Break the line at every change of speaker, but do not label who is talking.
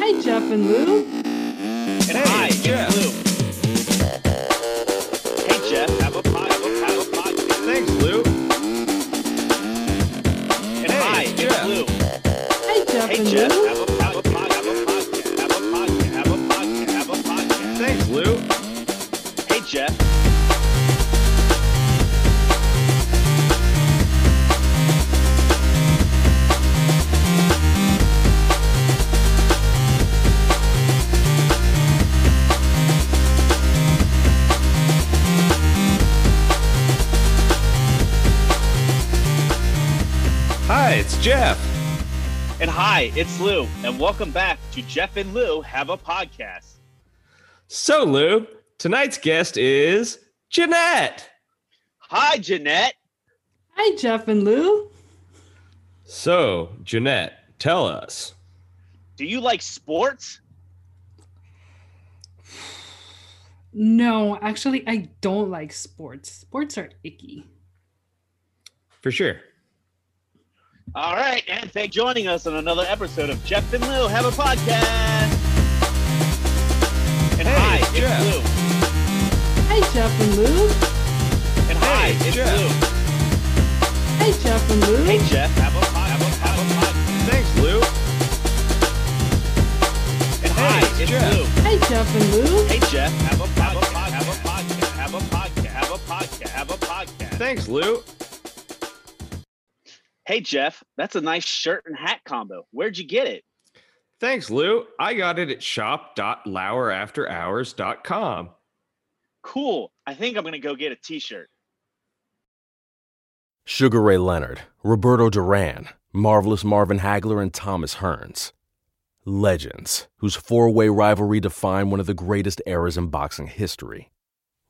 Hi, Jeff and Lou.
And hey, it's Jeff. Hey, Jeff. Have a pod. Have a, have a pod. Thanks, Lou. And hey, it's Jeff.
Hi, Jeff
Hey,
and
Jeff.
Lou.
Have a pod. Have a pod. Have a pod. Have a pod. Have a pod. Have a pod. Thanks, Lou. Hey, Jeff.
Hi, it's Jeff.
And hi, it's Lou. And welcome back to Jeff and Lou Have a Podcast.
So, Lou, tonight's guest is Jeanette.
Hi, Jeanette.
Hi, Jeff and Lou.
So, Jeanette, tell us.
Do you like sports?
No, actually, I don't like sports. Sports are icky.
For sure.
All right, and thanks for joining us on another episode of Jeff and Lou Have a Podcast. And hi, it's
Jeff.
Lou.
Hi, Jeff and Lou.
And hi,
Hey,
it's
Jeff.
Lou.
Hi, Jeff and Lou.
Hey, Jeff, have a pod, have a pod, have a pod. Thanks, Lou. And hi, it's
Jeff.
Lou.
Hi, Jeff and Lou.
Hey, Jeff, have a pod, have a pod, have a podcast, have a podcast, have a podcast.
Thanks, Lou.
Hey, Jeff, that's a nice shirt and hat combo. Where'd you get it?
Thanks, Lou. I got it at shop.lowerafterhours.com.
Cool. I think I'm gonna go get a T-shirt.
Sugar Ray Leonard, Roberto Duran, Marvelous Marvin Hagler, and Thomas Hearns. Legends, whose four way rivalry defined one of the greatest eras in boxing history.